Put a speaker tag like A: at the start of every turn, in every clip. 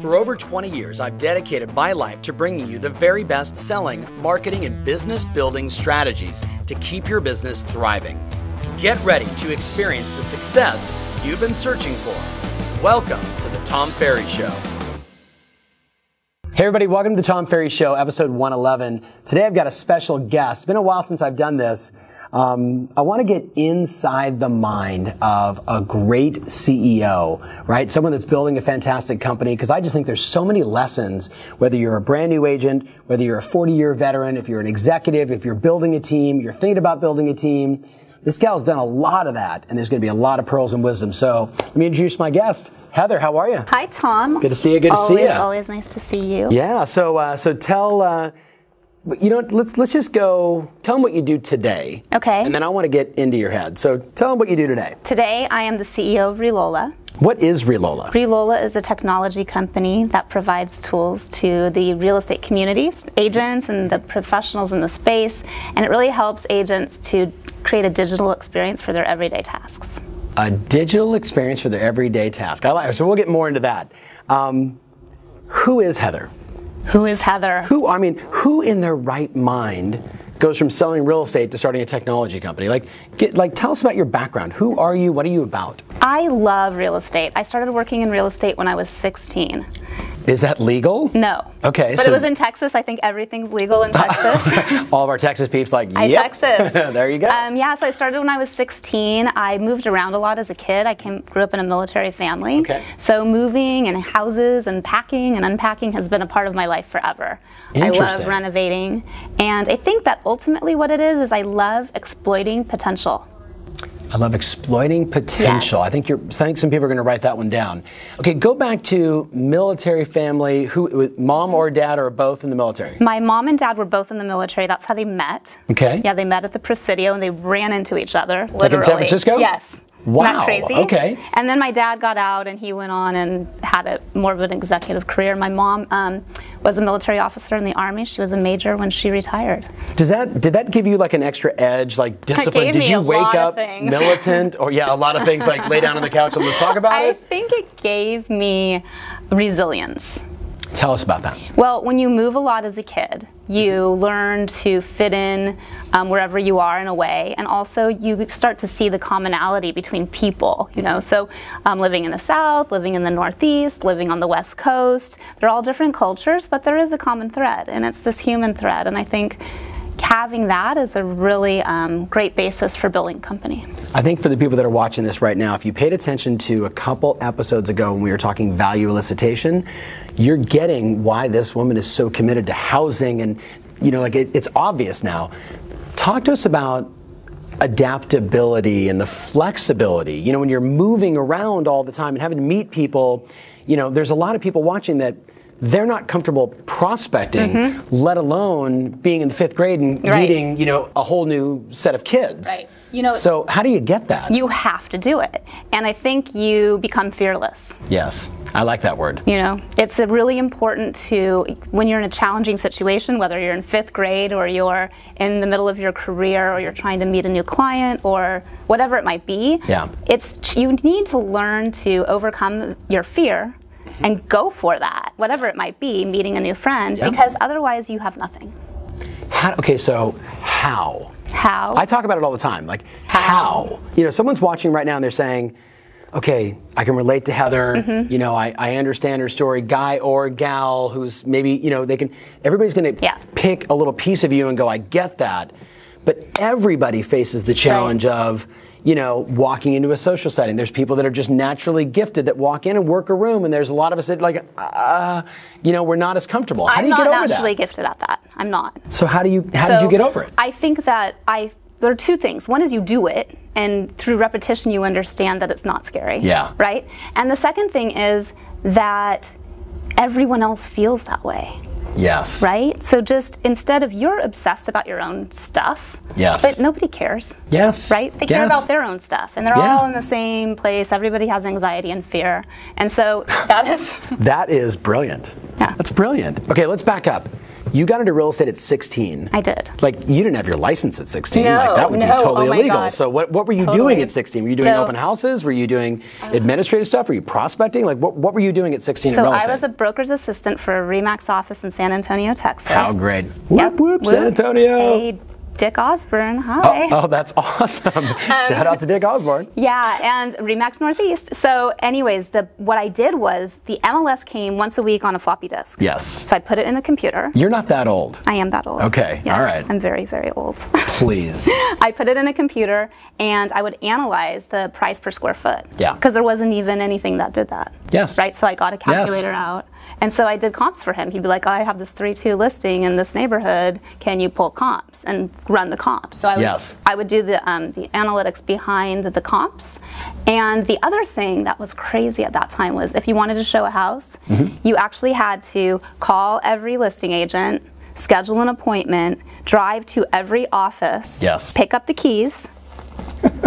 A: For over 20 years, I've dedicated my life to bringing you the very best selling, marketing, and business building strategies to keep your business thriving. Get ready to experience the success you've been searching for. Welcome to The Tom Ferry Show. Hey, everybody, welcome to the Tom Ferry Show, episode 111. Today I've got a special guest. It's been a while since I've done this. Um, I want to get inside the mind of a great CEO, right? Someone that's building a fantastic company, because I just think there's so many lessons, whether you're a brand new agent, whether you're a 40 year veteran, if you're an executive, if you're building a team, you're thinking about building a team. This gal's done a lot of that, and there's going to be a lot of pearls and wisdom. So let me introduce my guest. Heather, how are you?
B: Hi, Tom.
A: Good to see you. Good to
B: always,
A: see you.
B: Always nice to see you.
A: Yeah. So uh, so tell uh, you know what, let's let's just go tell them what you do today.
B: Okay.
A: And then I want to get into your head. So tell them what you do today.
B: Today, I am the CEO of Relola.
A: What is Relola?
B: Relola is a technology company that provides tools to the real estate communities, agents, and the professionals in the space, and it really helps agents to create a digital experience for their everyday tasks.
A: A digital experience for their everyday task. I like. So we'll get more into that. Um, who is Heather?
B: Who is Heather?
A: Who I mean, who in their right mind goes from selling real estate to starting a technology company? Like, get, like tell us about your background. Who are you? What are you about?
B: I love real estate. I started working in real estate when I was 16.
A: Is that legal?
B: No.
A: Okay.
B: But
A: so
B: it was in Texas. I think everything's legal in Texas.
A: all of our Texas peeps like,
B: I
A: yep.
B: Texas.
A: there you go.
B: Um, yeah, so I started when I was 16. I moved around a lot as a kid. I came, grew up in a military family.
A: Okay.
B: So moving and houses and packing and unpacking has been a part of my life forever. I love
A: Interesting.
B: renovating. And I think that ultimately what it is is I love exploiting potential.
A: I love exploiting potential.
B: Yes.
A: I think you're. I think some people are going to write that one down. Okay, go back to military family. Who, mom or dad or both in the military?
B: My mom and dad were both in the military. That's how they met.
A: Okay.
B: Yeah, they met at the Presidio and they ran into each other. Literally.
A: in San Francisco?
B: Yes. Isn't
A: Wow,
B: that crazy?
A: okay.
B: And then my dad got out and he went on and had a more of an executive career. My mom um, was a military officer in the Army. She was a major when she retired.
A: Does that did that give you like an extra edge, like discipline?
B: gave
A: did
B: me
A: you
B: a
A: wake
B: lot of
A: up
B: things.
A: militant or yeah, a lot of things like lay down on the couch and let's talk about
B: I
A: it.
B: think it gave me resilience.
A: Tell us about that.
B: Well, when you move a lot as a kid, you learn to fit in um, wherever you are in a way, and also you start to see the commonality between people. You know, so um, living in the South, living in the Northeast, living on the West Coast, they're all different cultures, but there is a common thread, and it's this human thread. And I think having that is a really um, great basis for building company.
A: I think for the people that are watching this right now, if you paid attention to a couple episodes ago when we were talking value elicitation, you're getting why this woman is so committed to housing and, you know, like it, it's obvious now. Talk to us about adaptability and the flexibility. You know, when you're moving around all the time and having to meet people, you know, there's a lot of people watching that. They're not comfortable prospecting, let alone being in fifth grade and
B: Mm-hmm. Right.
A: meeting, you know, a whole new set of kids.
B: Right. You know-
A: so how do you get that?
B: You have to do it, and I think you become fearless.
A: yes, I like that word.
B: You know, it's a really important to, when you're in a challenging situation, whether you're in fifth grade or you're in the middle of your career or you're trying to meet a new client or whatever it might be,
A: Yeah.
B: it's you need to learn to overcome your fear
A: Mm-hmm.
B: and go for that, whatever it might be, meeting a new friend,
A: Yeah.
B: because otherwise you have nothing.
A: How, okay, so how?
B: How?
A: I talk about it all the time. Like how? You know, someone's watching right now and they're saying, "Okay, I can relate to Heather.
B: Mm-hmm.
A: You know, I, I understand her story. Guy or gal who's maybe you know they can. Everybody's going to
B: Yeah.
A: pick a little piece of you and go, "I get that." But everybody faces the challenge of you know walking into a social setting. There's people that are just naturally gifted that walk in and work a room, and there's a lot of us that like, uh, you know, we're not as comfortable. How
B: I'm
A: do you
B: not
A: get over
B: naturally
A: that?
B: gifted at that. I'm not.
A: so how do you how did
B: So
A: you get over it?
B: I think that I there are two things. One is you do it, and through repetition, you understand that it's not scary.
A: Yeah.
B: Right. And the second thing is that everyone else feels that way,
A: yes.
B: right? So just instead of you're obsessed about your own stuff.
A: Yes.
B: But nobody cares.
A: Yes.
B: Right? They care
A: Yes.
B: about their own stuff, and they're
A: Yeah.
B: all in the same place. Everybody has anxiety and fear, and so that is.
A: That is brilliant.
B: Yeah.
A: That's brilliant. Okay, let's back up. You got into real estate at 16.
B: I did.
A: Like you didn't have your license at 16.
C: No,
A: like that would
C: no,
A: be totally
C: oh my
A: illegal.
C: God.
A: So what, what were you
B: Totally.
A: doing at 16? Were you doing
B: So- Uh,
A: open houses? Were you doing administrative stuff? Were you prospecting? Like what, what were you doing at 16 in
B: So
A: real
B: I
A: estate?
B: was a broker's assistant for a Remax office in San Antonio, Texas.
A: How great. Whoop,
B: Yep.
A: whoop, San Antonio.
B: Hey, Dick Osborne. Hi.
A: Oh, that's awesome.
B: Um,
A: Shout out to Dick Osborne.
B: Yeah, and Remax Northeast. So, anyways, the what I did was the MLS came once a week on a floppy disk.
A: Yes.
B: So I put it in a computer.
A: You're not that old.
B: I am that old.
A: Okay,
B: Yes,
A: all right.
B: I'm very, very old.
A: Please.
B: I put it in a computer and I would analyze the price per square foot.
A: Yeah.
B: Because there wasn't even anything that did that.
A: Yes.
B: Right? So I got a calculator out. And so I did comps for him. He'd be like, "Oh, I have this 3 2 listing in this neighborhood. Can you pull comps and run the comps? So I would,
A: Yes.
B: I would do the, um, the analytics behind the comps. And the other thing that was crazy at that time was if you wanted to show a house,
A: Mm-hmm.
B: you actually had to call every listing agent, schedule an appointment, drive to every office,
A: Yes.
B: pick up the keys,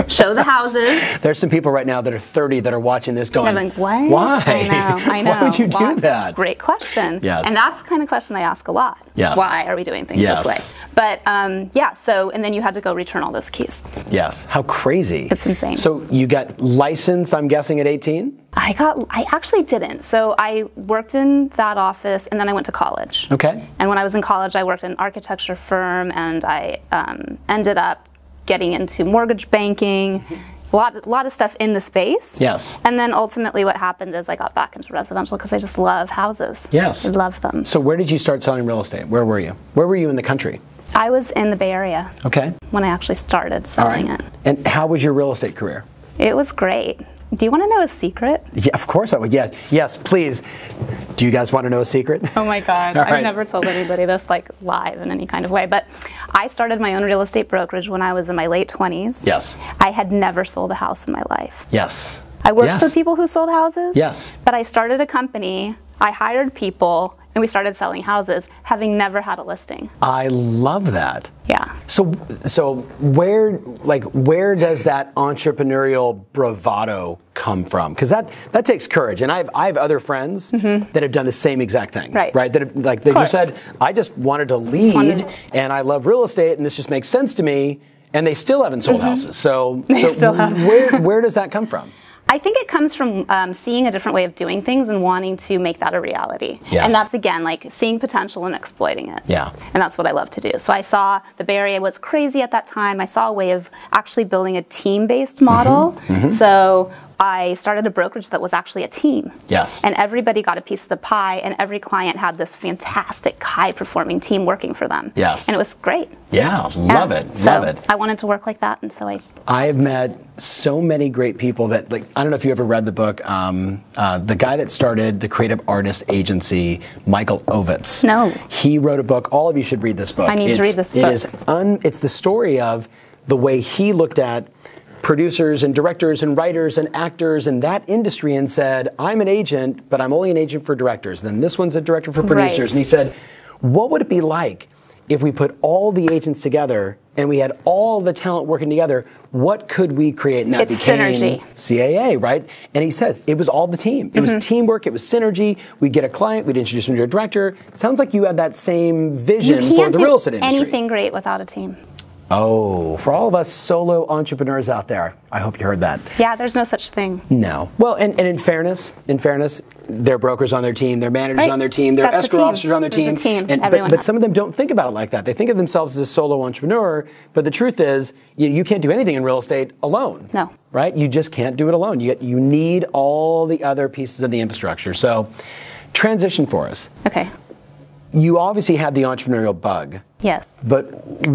B: show the houses.
A: There's some people right now that are 30 that are watching this going,
B: I'm like, what?
A: Why?
B: I know. I know.
A: Why would you do
B: Why?
A: that?
B: Great question.
A: Yes.
B: And that's the kind of question I ask a lot.
A: Yes.
B: Why are we doing things
A: Yes.
B: this way? But um, yeah, so, and then you had to go return all those keys.
A: Yes. How crazy.
B: It's insane.
A: So you got licensed, I'm guessing, at 18?
B: I got, I actually didn't. So I worked in that office and then I went to college.
A: Okay.
B: And when I was in college, I worked in an architecture firm and I um, ended up getting into mortgage banking,
A: Mm-hmm.
B: a lot, lot of stuff in the space.
A: Yes.
B: And then ultimately, what happened is I got back into residential because I just love houses.
A: Yes.
B: I love them.
A: So where did you start selling real estate? Where were you? Where were you in the country?
B: I was in the Bay Area
A: Okay.
B: when I actually started selling it.
A: And how was your real estate career?
B: It was great. Do you want to know a secret?
A: Yeah, of course I would. Yes. Yes, please. Do you guys want to know a secret?
B: Oh my God.
A: All
B: I've
A: right.
B: never told anybody this like live in any kind of way. But I started my own real estate brokerage when I was in my late 20s.
A: Yes.
B: I had never sold a house in my life.
A: Yes.
B: I worked
A: yes.
B: for people who sold houses.
A: Yes.
B: But I started a company, I hired people, and we started selling houses, having never had a listing.
A: I love that.
B: Yeah.
A: So, so where, like, where does that entrepreneurial bravado come from? Because that that takes courage, and I've I have other friends that have done the same exact thing,
B: Mm-hmm. Right.
A: Right? That have, like they just
B: course.
A: said, I just wanted to lead,
B: Wanted-
A: and I love real estate, and this just makes sense to me, and they still haven't sold houses. So, so
B: Mm-hmm. still haven't.
A: where where does that come from?
B: I think it comes from um, seeing a different way of doing things and wanting to make that a reality.
A: Yes.
B: And that's again like seeing potential and exploiting it.
A: Yeah.
B: And that's what I love to do. So I saw the Bay Area was crazy at that time. I saw a way of actually building a team based
A: Mm-hmm.
B: model. So I started a brokerage that was actually a team.
A: Yes.
B: And everybody got a piece of the pie, and every client had this fantastic, high performing team working for them.
A: Yes.
B: And it was great.
A: Yeah, love
B: Yeah.
A: it,
B: So
A: love it.
B: I wanted to work like that, and so I
A: I have met so many great people that like I don't know if you ever read the book. Um, uh, the guy that started the Creative Artist Agency, Michael Ovitz.
B: No.
A: he wrote a book. All of you should read this book.
B: I need to
A: It's-
B: read this
A: It
B: book.
A: is un, It's the story of the way he looked at producers and directors and writers and actors and that industry and said, "I'm an agent, but I'm only an agent for directors." Then this one's a director for producers,
B: Right.
A: and he said, "What would it be like?" if we put all the agents together and we had all the talent working together, what could we create? And that
B: It's
A: became
B: synergy. Mm-hmm.
A: CAA, right? And he says it was all the team. It was teamwork. It was synergy. We'd get a client. We'd introduce them to a director. Sounds like you had that same
B: you
A: vision
B: can't
A: for the
B: do
A: real estate industry.
B: anything great without a team.
A: Oh, for all of us solo entrepreneurs out there, I hope you heard that.
B: Yeah, there's no such thing.
A: No. Well, and, and in fairness, in fairness, their brokers on their team, their managers
B: Right.
A: on their team, their
B: That's the
A: escrow
B: team.
A: officers on their
B: There's
A: team.
B: a team.
A: And, but
B: Everyone
A: but
B: has-
A: some of them don't think about it like that. They think of themselves as a solo entrepreneur, but the truth is you, you can't do anything in real estate alone.
B: No.
A: Right? You just can't do it alone. You, you need all the other pieces of the infrastructure. So transition for us.
B: Okay.
A: You obviously had the entrepreneurial bug.
B: Yes.
A: But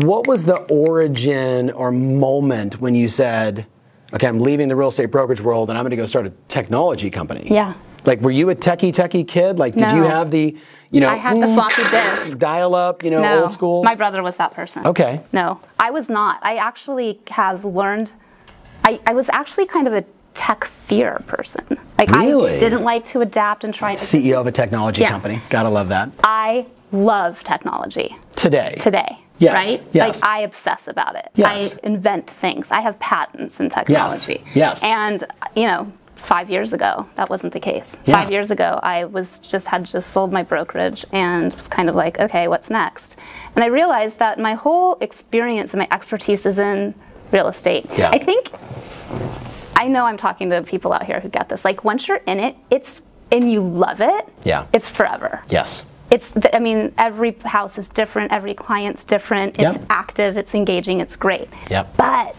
A: what was the origin or moment when you said, okay, I'm leaving the real estate brokerage world and I'm going to go start a technology company?
B: Yeah.
A: Like, were you a techie, techie kid? Like, did you
B: No.
A: have the, you know,
B: I had the floppy disk.
A: dial up, you know,
B: No.
A: old school?
B: My brother was that person.
A: Okay.
B: No, I was not. I actually have learned, I, I was actually kind of a tech fear person. Like,
A: Really? E
B: I didn't like to adapt and try.
A: CEO of a technology
B: Yeah.
A: company. Gotta love that.
B: I love technology
A: Today.
B: today.
A: Yes,
B: Right?
A: yes.
B: Like I obsess about it.
A: Yes.
B: I invent things. I have patents in technology.
A: yes.
B: And you know, five years ago that wasn't the case
A: Yeah.
B: five years ago i was just had just sold my brokerage and was kind of like okay what's next and i realized that my whole experience and my expertise is in real estate
A: Yeah.
B: i think i know i'm talking to people out here who get this like once you're in it it's and you love it
A: Yeah.
B: it's forever
A: Yes.
B: it's th- i mean every house is different every client's different it's
A: Yep.
B: active it's engaging it's great
A: Yep.
B: but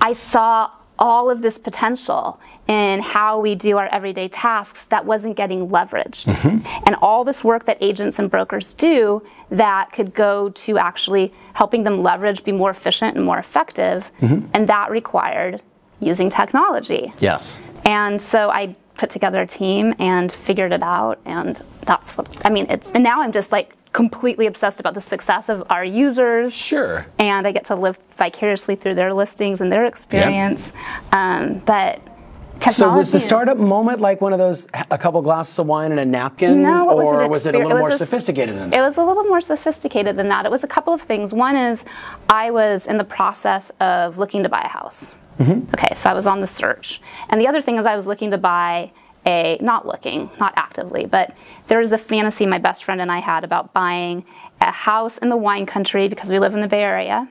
B: i saw all of this potential in how we do our everyday tasks that wasn't getting leveraged
A: Mm-hmm.
B: and all this work that agents and brokers do that could go to actually helping them leverage be more efficient and more effective
A: Mm-hmm.
B: and that required using technology
A: Yes.
B: and so I put together a team and figured it out. And that's what I mean. It's and now I'm just like completely obsessed about the success of our users.
A: Sure.
B: And I get to live vicariously through their listings and their experience. Um, but technology.
A: So was the
B: is-
A: startup moment like one of those, a couple glasses of wine and a napkin?
B: No, what was
A: or
B: it?
A: was it a
B: Exper-
A: little
B: it was
A: more
B: a s-
A: sophisticated than
B: It
A: that?
B: was a little more sophisticated than that. It was a couple of things. One is I was in the process of looking to buy a house. Okay, so I was on the search. And the other thing is I was looking to buy a, not looking, not actively, but there was a fantasy my best friend and I had about buying a house in the wine country because we live in the Bay Area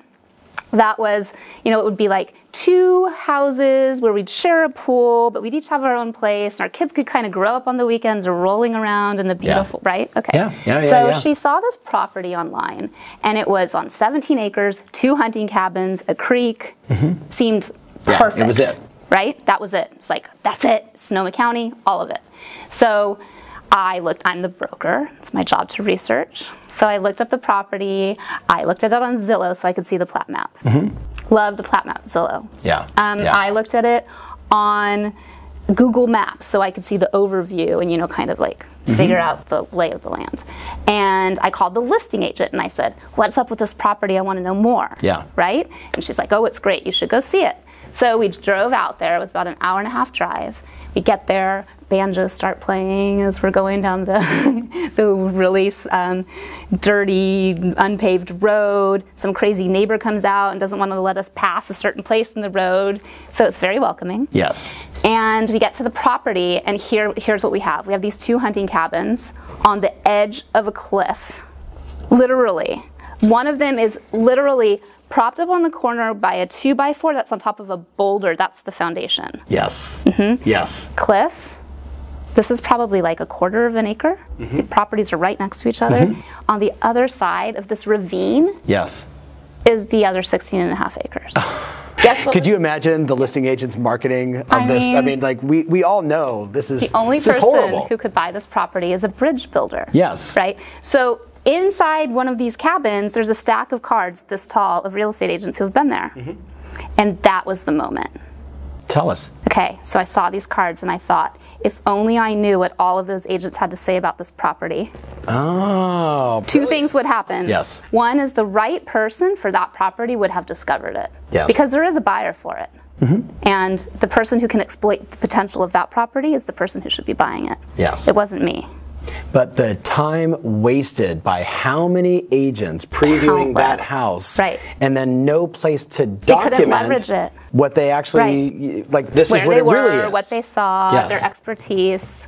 B: that was, you know, it would be like two houses where we'd share a pool, but we'd each have our own place, and our kids could kind of grow up on the weekends rolling around in the beautiful, right? Okay.
A: Yeah, yeah, yeah,
B: So
A: yeah.
B: she saw this property online, and it was on 17 acres, two hunting cabins, a creek. Seemed
A: Mm-hmm. Yeah, it
B: perfect.
A: was it.
B: Right? That was it. It's like, that's it. Sonoma County, all of it. So I looked, I'm the broker. It's my job to research. So I looked up the property. I looked it up on Zillow so I could see the plat map. Love the plat map, Zillow.
A: Mm-hmm. Yeah,
B: Um,
A: yeah.
B: I looked at it on Google Maps so I could see the overview and, you know, kind of like
A: Mm-hmm.
B: figure out the lay of the land. And I called the listing agent and I said, What's up with this property? I want to know more.
A: Yeah.
B: Right? And she's like, Oh, it's great. You should go see it. So we drove out there. It was about an hour and a half drive. We get there, banjos start playing as we're going down the, the really um, dirty, unpaved road. Some crazy neighbor comes out and doesn't want to let us pass a certain place in the road. So it's very welcoming.
A: yes.
B: And we get to the property, and here, here's what we have. We have these two hunting cabins on the edge of a cliff, literally. One of them is literally propped up on the corner by a two by four that's on top of a boulder. That's the foundation.
A: Yes.
B: Mm-hmm.
A: Yes.
B: Cliff, this is probably like a quarter of an acre. The properties are right next to each other. On the other side of this ravine
A: Yes.
B: is the other 16 and a half acres. Guess what
A: Could you imagine the listing agent's marketing of
B: I
A: this? I
B: mean-
A: mean, like we, we all know this is
B: the only
A: this is
B: person
A: horrible.
B: who could buy this property is a bridge builder.
A: Yes.
B: Right? So inside one of these cabins, there's a stack of cards this tall of real estate agents who have been there.
A: Mm-hmm.
B: And that was the moment.
A: Tell us.
B: Okay, so I saw these cards and I thought, if only I knew what all of those agents had to say about this property,
A: Oh.
B: two things would happen.
A: Yes.
B: One is the right person for that property would have discovered it.
A: Yes. Mm-hmm.
B: Because there is a buyer for it. And the person who can exploit the potential of that property is the person who should be buying it.
A: Yes.
B: It wasn't me.
A: But the time wasted by how many agents previewing that
B: Countless.
A: house,
B: Right.
A: and then no place to
B: couldn't
A: document
B: leverage it.
A: what they actually like. This is
B: where
A: what
B: they
A: it
B: were,
A: really is.
B: what they saw,
A: Yes.
B: their expertise.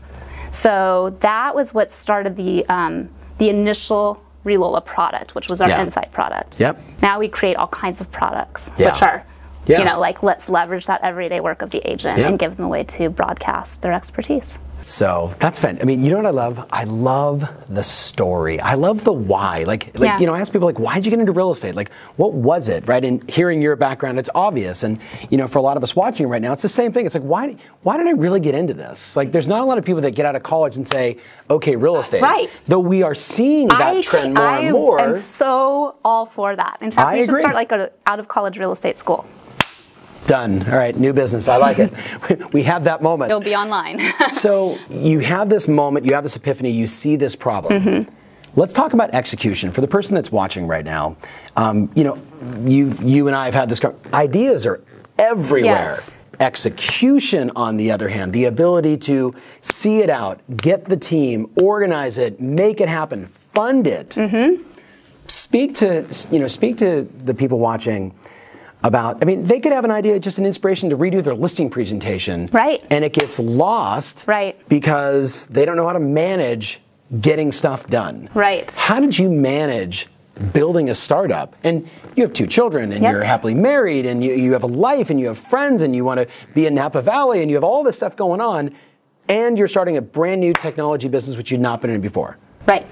B: So that was what started the um, the initial Relola product, which was our
A: Yeah.
B: insight product.
A: Yep.
B: Now we create all kinds of products,
A: Yeah.
B: which are. You
A: Yes.
B: know, like let's leverage that everyday work of the agent
A: Yeah.
B: and give them a way to broadcast their expertise.
A: So that's fun. I mean, you know what I love? I love the story. I love the why. Like, like
B: Yeah.
A: you know, I ask people like, why did you get into real estate? Like, what was it, right? And hearing your background, it's obvious. And you know, for a lot of us watching right now, it's the same thing. It's like, why, why did I really get into this? Like, there's not a lot of people that get out of college and say, okay, real estate.
B: Uh, Right.
A: Though we are seeing that trend more
B: I
A: and more.
B: am so all for that. In fact,
A: I
B: we should
A: agree.
B: start like an out of college real estate school.
A: Done. All right, new business. I like it. we had that moment.
B: It'll be online.
A: So you have this moment, you have this epiphany, you see this problem.
B: Mm-hmm.
A: Let's talk about execution for the person that's watching right now. Um, you know, you you and I have had this. con- Ideas are everywhere.
B: Yes.
A: Execution, on the other hand, the ability to see it out, get the team, organize it, make it happen,
B: Mm-hmm.
A: fund it. Speak to you know, speak to the people watching about, I mean, they could have an idea, just an inspiration to redo their listing presentation.
B: Right.
A: And it gets lost.
B: Right.
A: Because they don't know how to manage getting stuff done.
B: Right.
A: How did you manage building a startup? And you have two children and
B: Yep.
A: you're happily married and you, you have a life and you have friends and you want to be in Napa Valley and you have all this stuff going on and you're starting a brand new technology business which you've not been in before.
B: Right.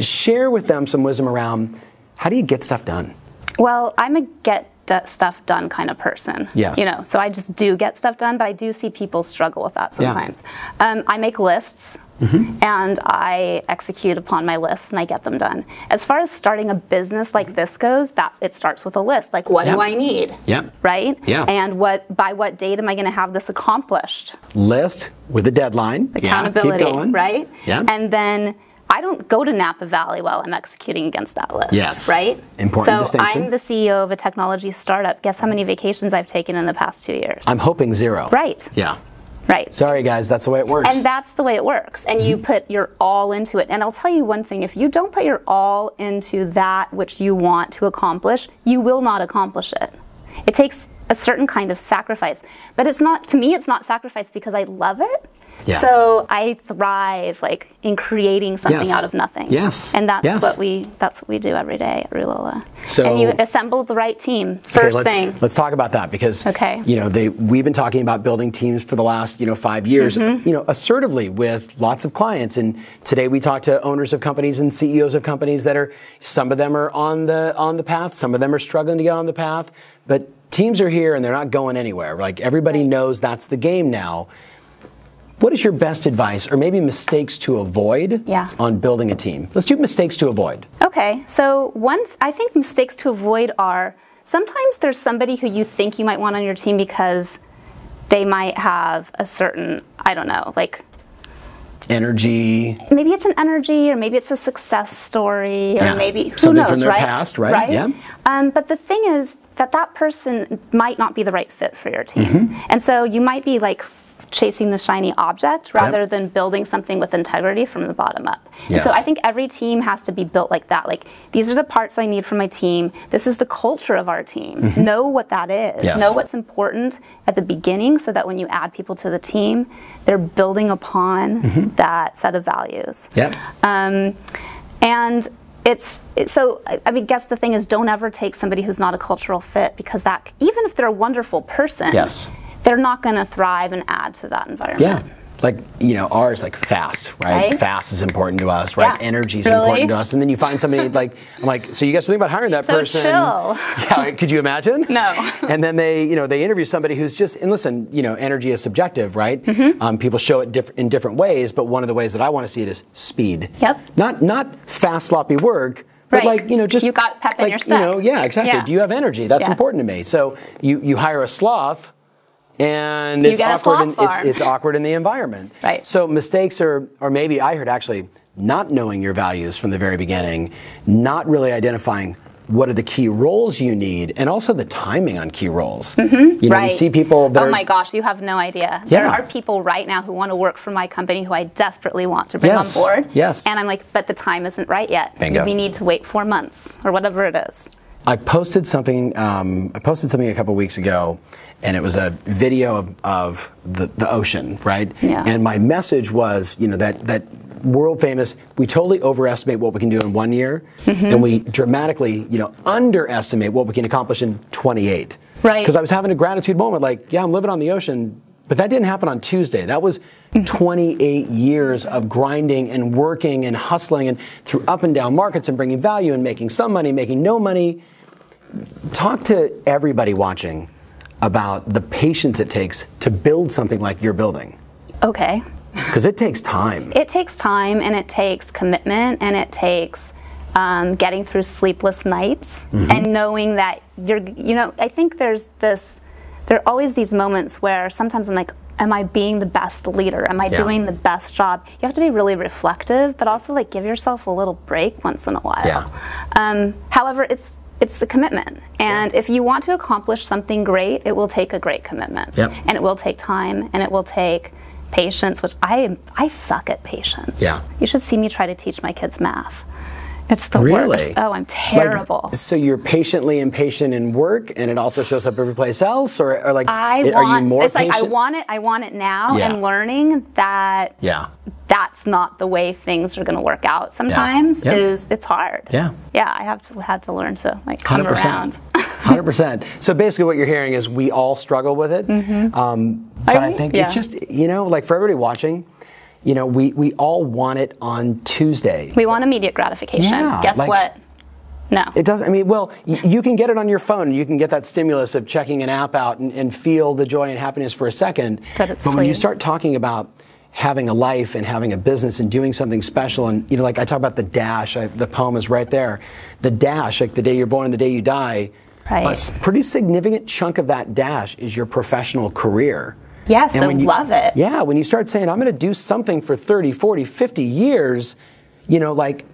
A: Share with them some wisdom around how do you get stuff done?
B: Well, I'm a get d- stuff done kind of person.
A: Yes.
B: You know, so I just do get stuff done, but I do see people struggle with that
A: Yeah. Mm-hmm.
B: sometimes. Um, I make lists and I execute upon my lists and I get them done. As far as starting a business like this goes, that it starts with a list. Like, what
A: Yeah.
B: do I need?
A: Yep.
B: Right.
A: Yeah.
B: And what by what date am I going to have this accomplished?
A: List with a deadline.
B: Accountability.
A: Yeah, keep going.
B: Right.
A: Yeah.
B: And then. I don't go to Napa Valley while I'm executing against that list.
A: Yes.
B: Right?
A: Important
B: so
A: distinction.
B: I'm the CEO of a technology startup. Guess how many vacations I've taken in the past two years?
A: I'm hoping zero.
B: right.
A: Yeah.
B: Right.
A: Sorry, guys, that's the way it works.
B: and that's the way it works. And you
A: Mm-hmm.
B: put your all into it. And I'll tell you one thing if you don't put your all into that which you want to accomplish, you will not accomplish it. It takes a certain kind of sacrifice. But it's not, to me, it's not sacrifice because I love it.
A: Yeah.
B: So I thrive like in creating something
A: Yes.
B: out of nothing.
A: Yes.
B: And that's
A: Yes.
B: what we that's what we do every day at Rulola.
A: So-
B: and you assemble the right team. First
A: Okay, let's,
B: thing.
A: Let's talk about that because
B: Okay.
A: you know they we've been talking about building teams for the last you know five years
B: Mm-hmm.
A: you know assertively with lots of clients and today we talk to owners of companies and CEOs of companies that are some of them are on the on the path some of them are struggling to get on the path but teams are here and they're not going anywhere like everybody knows that's the game now. What is your best advice or maybe mistakes to avoid
B: Yeah.
A: on building a team? Let's do mistakes to avoid.
B: Okay, so one, th- I think mistakes to avoid are sometimes there's somebody who you think you might want on your team because they might have a certain, I don't know, like
A: Energy,
B: maybe it's an energy or maybe it's a success story or
A: Yeah.
B: maybe who
A: Something
B: knows,
A: from their
B: right?
A: past, right? Yeah.
B: Um, but the thing is that that person might not be the right fit for your team,
A: Mm-hmm.
B: and so you might be like chasing the shiny object rather than building something with integrity from the bottom up. And so
A: Yes.
B: I think every team has to be built like that. Like these are the parts I need for my team. This is the culture of our team. Know what that is.
A: Mm-hmm. Yes.
B: Know what's important at the beginning so that when you add people to the team, they're building upon that set of values.
A: Mm-hmm. Yep.
B: Um, and it's it, so. I I mean, guess the thing is, don't ever take somebody who's not a cultural fit because that, even if they're a wonderful person,
A: Yes.
B: they're not going to thrive and add to that environment.
A: Yeah. Like, you know, ours like fast, right?
B: Right.
A: Fast is important to us, right?
B: Yeah.
A: Energy is
B: Really?
A: important to us. And then you find somebody like I'm like, so you guys think about hiring that
B: So
A: person.
B: chill.
A: Yeah, like, could you imagine?
B: No.
A: and then they, you know, they interview somebody who's just and listen, you know, energy is subjective, right?
B: Mm-hmm.
A: Um, people show it diff- in different ways, but one of the ways that I want to see it is speed.
B: Yep.
A: Not not fast sloppy work. But
B: Right.
A: like you know, just
B: You got pep in
A: like,
B: your step.
A: You know, yeah, exactly.
B: Yeah.
A: Do you have energy? That's
B: Yeah.
A: important to me. So you you hire a sloth, and
B: You
A: it's
B: get a
A: awkward.
B: sloth
A: and it's,
B: farm.
A: it's awkward in the environment.
B: Right.
A: So mistakes are, or maybe I heard actually not knowing your values from the very beginning, not really identifying what are the key roles you need, and also the timing on key roles. Mm-hmm. You know,
B: right.
A: you see people that
B: oh
A: are-
B: my gosh, you have no idea. There
A: Yeah.
B: are people right now who want to work for my company who I desperately want to bring
A: Yes,
B: on board.
A: yes.
B: And I'm like, but the time isn't right yet.
A: Bingo.
B: We need to wait four months or whatever it is.
A: I posted something. Um, I posted something a couple weeks ago, and it was a video of, of the, the ocean, right?
B: Yeah.
A: And my message was, you know, that that world famous. We totally overestimate what we can do in one year, and we dramatically, you know, underestimate what we can accomplish in 28.
B: Right.
A: Because I was having a gratitude moment, like, yeah, I'm living on the ocean. But that didn't happen on Tuesday. That was
B: Mm-hmm.
A: 28 years of grinding and working and hustling and through up and down markets and bringing value and making some money, making no money talk to everybody watching about the patience it takes to build something like you're building
B: Okay.
A: because it takes time
B: It takes time and it takes commitment and it takes um, getting through sleepless nights
A: Mm-hmm.
B: and knowing that you're, you know, I think there's this, there are always these moments where sometimes I'm like, am I being the best leader? Am I
A: Yeah.
B: doing the best job? You have to be really reflective, but also like give yourself a little break once in a while.
A: Yeah.
B: Um, however, it's, it's a commitment. And if you want to accomplish something great, it will take a great commitment
A: Yep.
B: and it will take time and it will take patience which i am i suck at patience
A: Yeah.
B: you should see me try to teach my kids math It's the
A: Really?
B: worst. Oh, I'm terrible.
A: So you're patiently impatient in work, and it also shows up every place else, or, or like,
B: I
A: are
B: want.
A: you more
B: it's like I
A: patient?
B: want it. I want it now.
A: Yeah.
B: And learning that
A: Yeah.
B: that's not the way things are going to work out. Sometimes
A: Yeah.
B: is it's hard.
A: Yeah.
B: Yeah, I have to, had to learn to like come
A: 100%.
B: around.
A: 100%. So basically, what you're hearing is we all struggle with it. Um, but I,
B: Mm-hmm. I-
A: think it's
B: yeah.
A: just, you know, like for everybody watching, you know, we, we all want it on Tuesday.
B: we want immediate gratification.
A: Yeah,
B: Guess
A: like-
B: what? No.
A: It doesn't, I mean, well, y- you can get it on your phone. You can get that stimulus of checking an app out and, and feel the joy and happiness for a second.
B: But it's
A: when you
B: fleeting.
A: start talking about having a life and having a business and doing something special, and, you know, like I talk about the dash, I, the poem is right there. The dash, like the day you're born and the day you die,
B: Right.
A: a s- pretty significant chunk of that dash is your professional career.
B: Yes,
A: And
B: I
A: when you-
B: love it.
A: Yeah, when you start saying, I'm going to do something for 30, 40, 50 years, you know, like,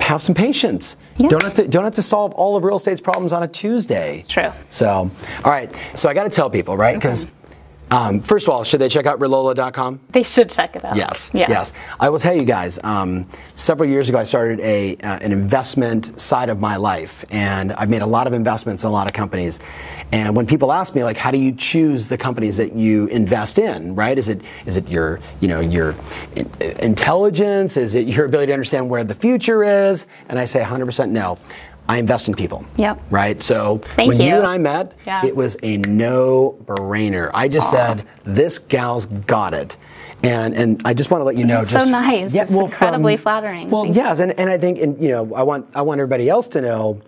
A: have some patience.
B: Yeah.
A: Don't have to don't have to solve all of real estate's problems on a Tuesday. It's
B: true.
A: So, all right. So I got to tell people, right? Because um, first of all, should they check out Relola.com?
B: They should check it out.
A: Yes.
B: Yeah.
A: Yes. I will tell you guys. Um, several years ago, I started a uh, an investment side of my life, and I've made a lot of investments in a lot of companies. And when people ask me, like, how do you choose the companies that you invest in? Right? Is it is it your you know your in- intelligence? Is it your ability to understand where the future is? And I say 100% no. I invest in people.
B: Yep.
A: Right. So
B: Thank
A: when you.
B: you.
A: and I met,
B: Yeah.
A: it was a no-brainer. I just said this gal's got it. And, and I just want to let you know
B: That's so
A: just
B: nice. It's incredibly flattering.
A: Well,
B: Thank
A: yes, and, and I think and you know I want I want everybody else to know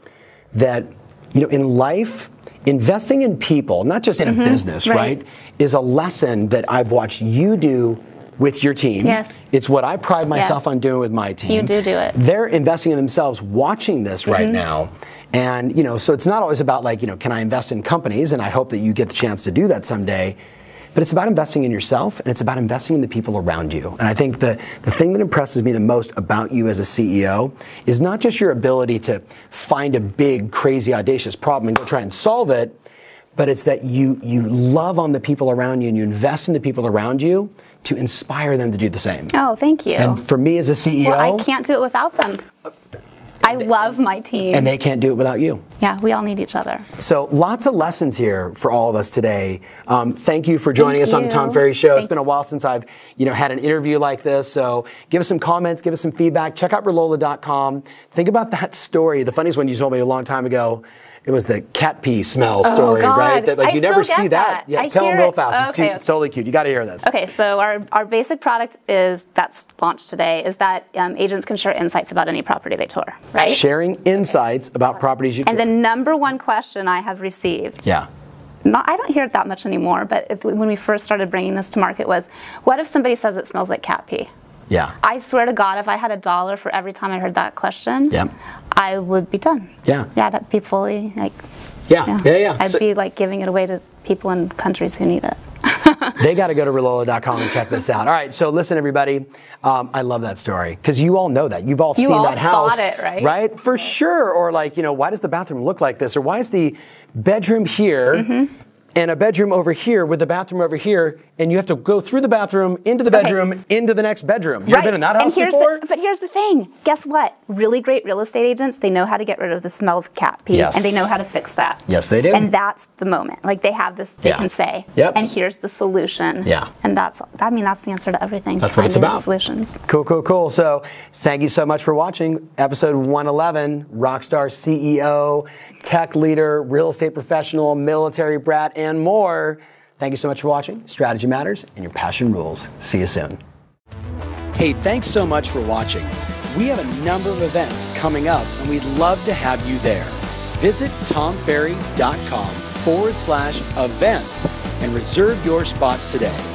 A: that you know in life investing in people, not just in a business,
B: Mm-hmm. right.
A: right, is a lesson that I've watched you do with your team.
B: Yes.
A: It's what I pride myself on doing with my team.
B: You do do it. Mm-hmm.
A: They're investing in themselves watching this right now. And, you know, so it's not always about like, you know, can I invest in companies? And I hope that you get the chance to do that someday. But it's about investing in yourself and it's about investing in the people around you. And I think the, the thing that impresses me the most about you as a CEO is not just your ability to find a big, crazy, audacious problem and go try and solve it, but it's that you, you love on the people around you and you invest in the people around you to inspire them to do the same.
B: Oh, thank you.
A: And for me as a E CEO,
B: well, I can't do it without them. I love my team.
A: and they can't do it without you.
B: yeah, we all need each other.
A: So lots of lessons here for all of us today. Um, thank you for joining
B: Thank
A: us on the Tom
B: you.
A: Ferry Show. It's
B: Thank-
A: been a while since I've you know had an interview like this. So give us some comments, give us some feedback. Check out Relola.com. Think about that story, the funniest one you told me a long time ago. It was the cat pee smell story,
B: Oh, God.
A: right? That like
B: I
A: you never
B: still
A: see
B: get
A: that.
B: that.
A: Yeah,
B: I
A: tell them
B: hear
A: real
B: it.
A: fast. it's,
B: Okay,
A: too,
B: okay.
A: it's totally cute. You got to hear this.
B: Okay, so our, our basic product is that's launched today is that um, agents can share insights about any property they tour, right?
A: Sharing insights about properties you
B: And the
A: tour.
B: number one question I have received,
A: yeah.
B: not, I don't hear it that much anymore, but if, when we first started bringing this to market was, what if somebody says it smells like cat pee?
A: Yeah.
B: I swear to God, if I had a dollar for every time I heard that question,
A: Yep.
B: I would be done.
A: Yeah.
B: Yeah, that'd be fully like.
A: Yeah. Yeah, yeah.
B: I'd
A: So-
B: be like giving it away to people in countries who need it.
A: they got to go to Relola.com and check this out. All right, so listen, everybody. Um, I love that story because you all know that. You've all
B: You
A: seen
B: all
A: that
B: thought
A: house.
B: it, right?
A: For sure. Or, like, you know, why does the bathroom look like this? Or why is the bedroom here?
B: Mm-hmm.
A: And a bedroom over here with the bathroom over here, and you have to go through the bathroom, into the
B: Okay.
A: bedroom, into the next bedroom. You've been in that house
B: and here's
A: before?
B: The, but here's the thing. Guess what? Really great real estate agents, they know how to get rid of the smell of cat pee
A: Yes.
B: and they know how to fix that.
A: Yes, they do.
B: And that's the moment. Like they have this they
A: Yeah.
B: can say.
A: Yep.
B: And here's the solution.
A: Yeah.
B: And that's I mean that's the answer to everything.
A: That's what it's
B: Finding the
A: about.
B: Solutions.
A: Cool, cool, cool. So, thank you so much for watching episode 111 Rockstar CEO, tech leader, real estate professional, military brat, and more. Thank you so much for watching. Strategy matters and your passion rules. See you soon. Hey, thanks so much for watching. We have a number of events coming up and we'd love to have you there. Visit tomferry.com forward slash events and reserve your spot today.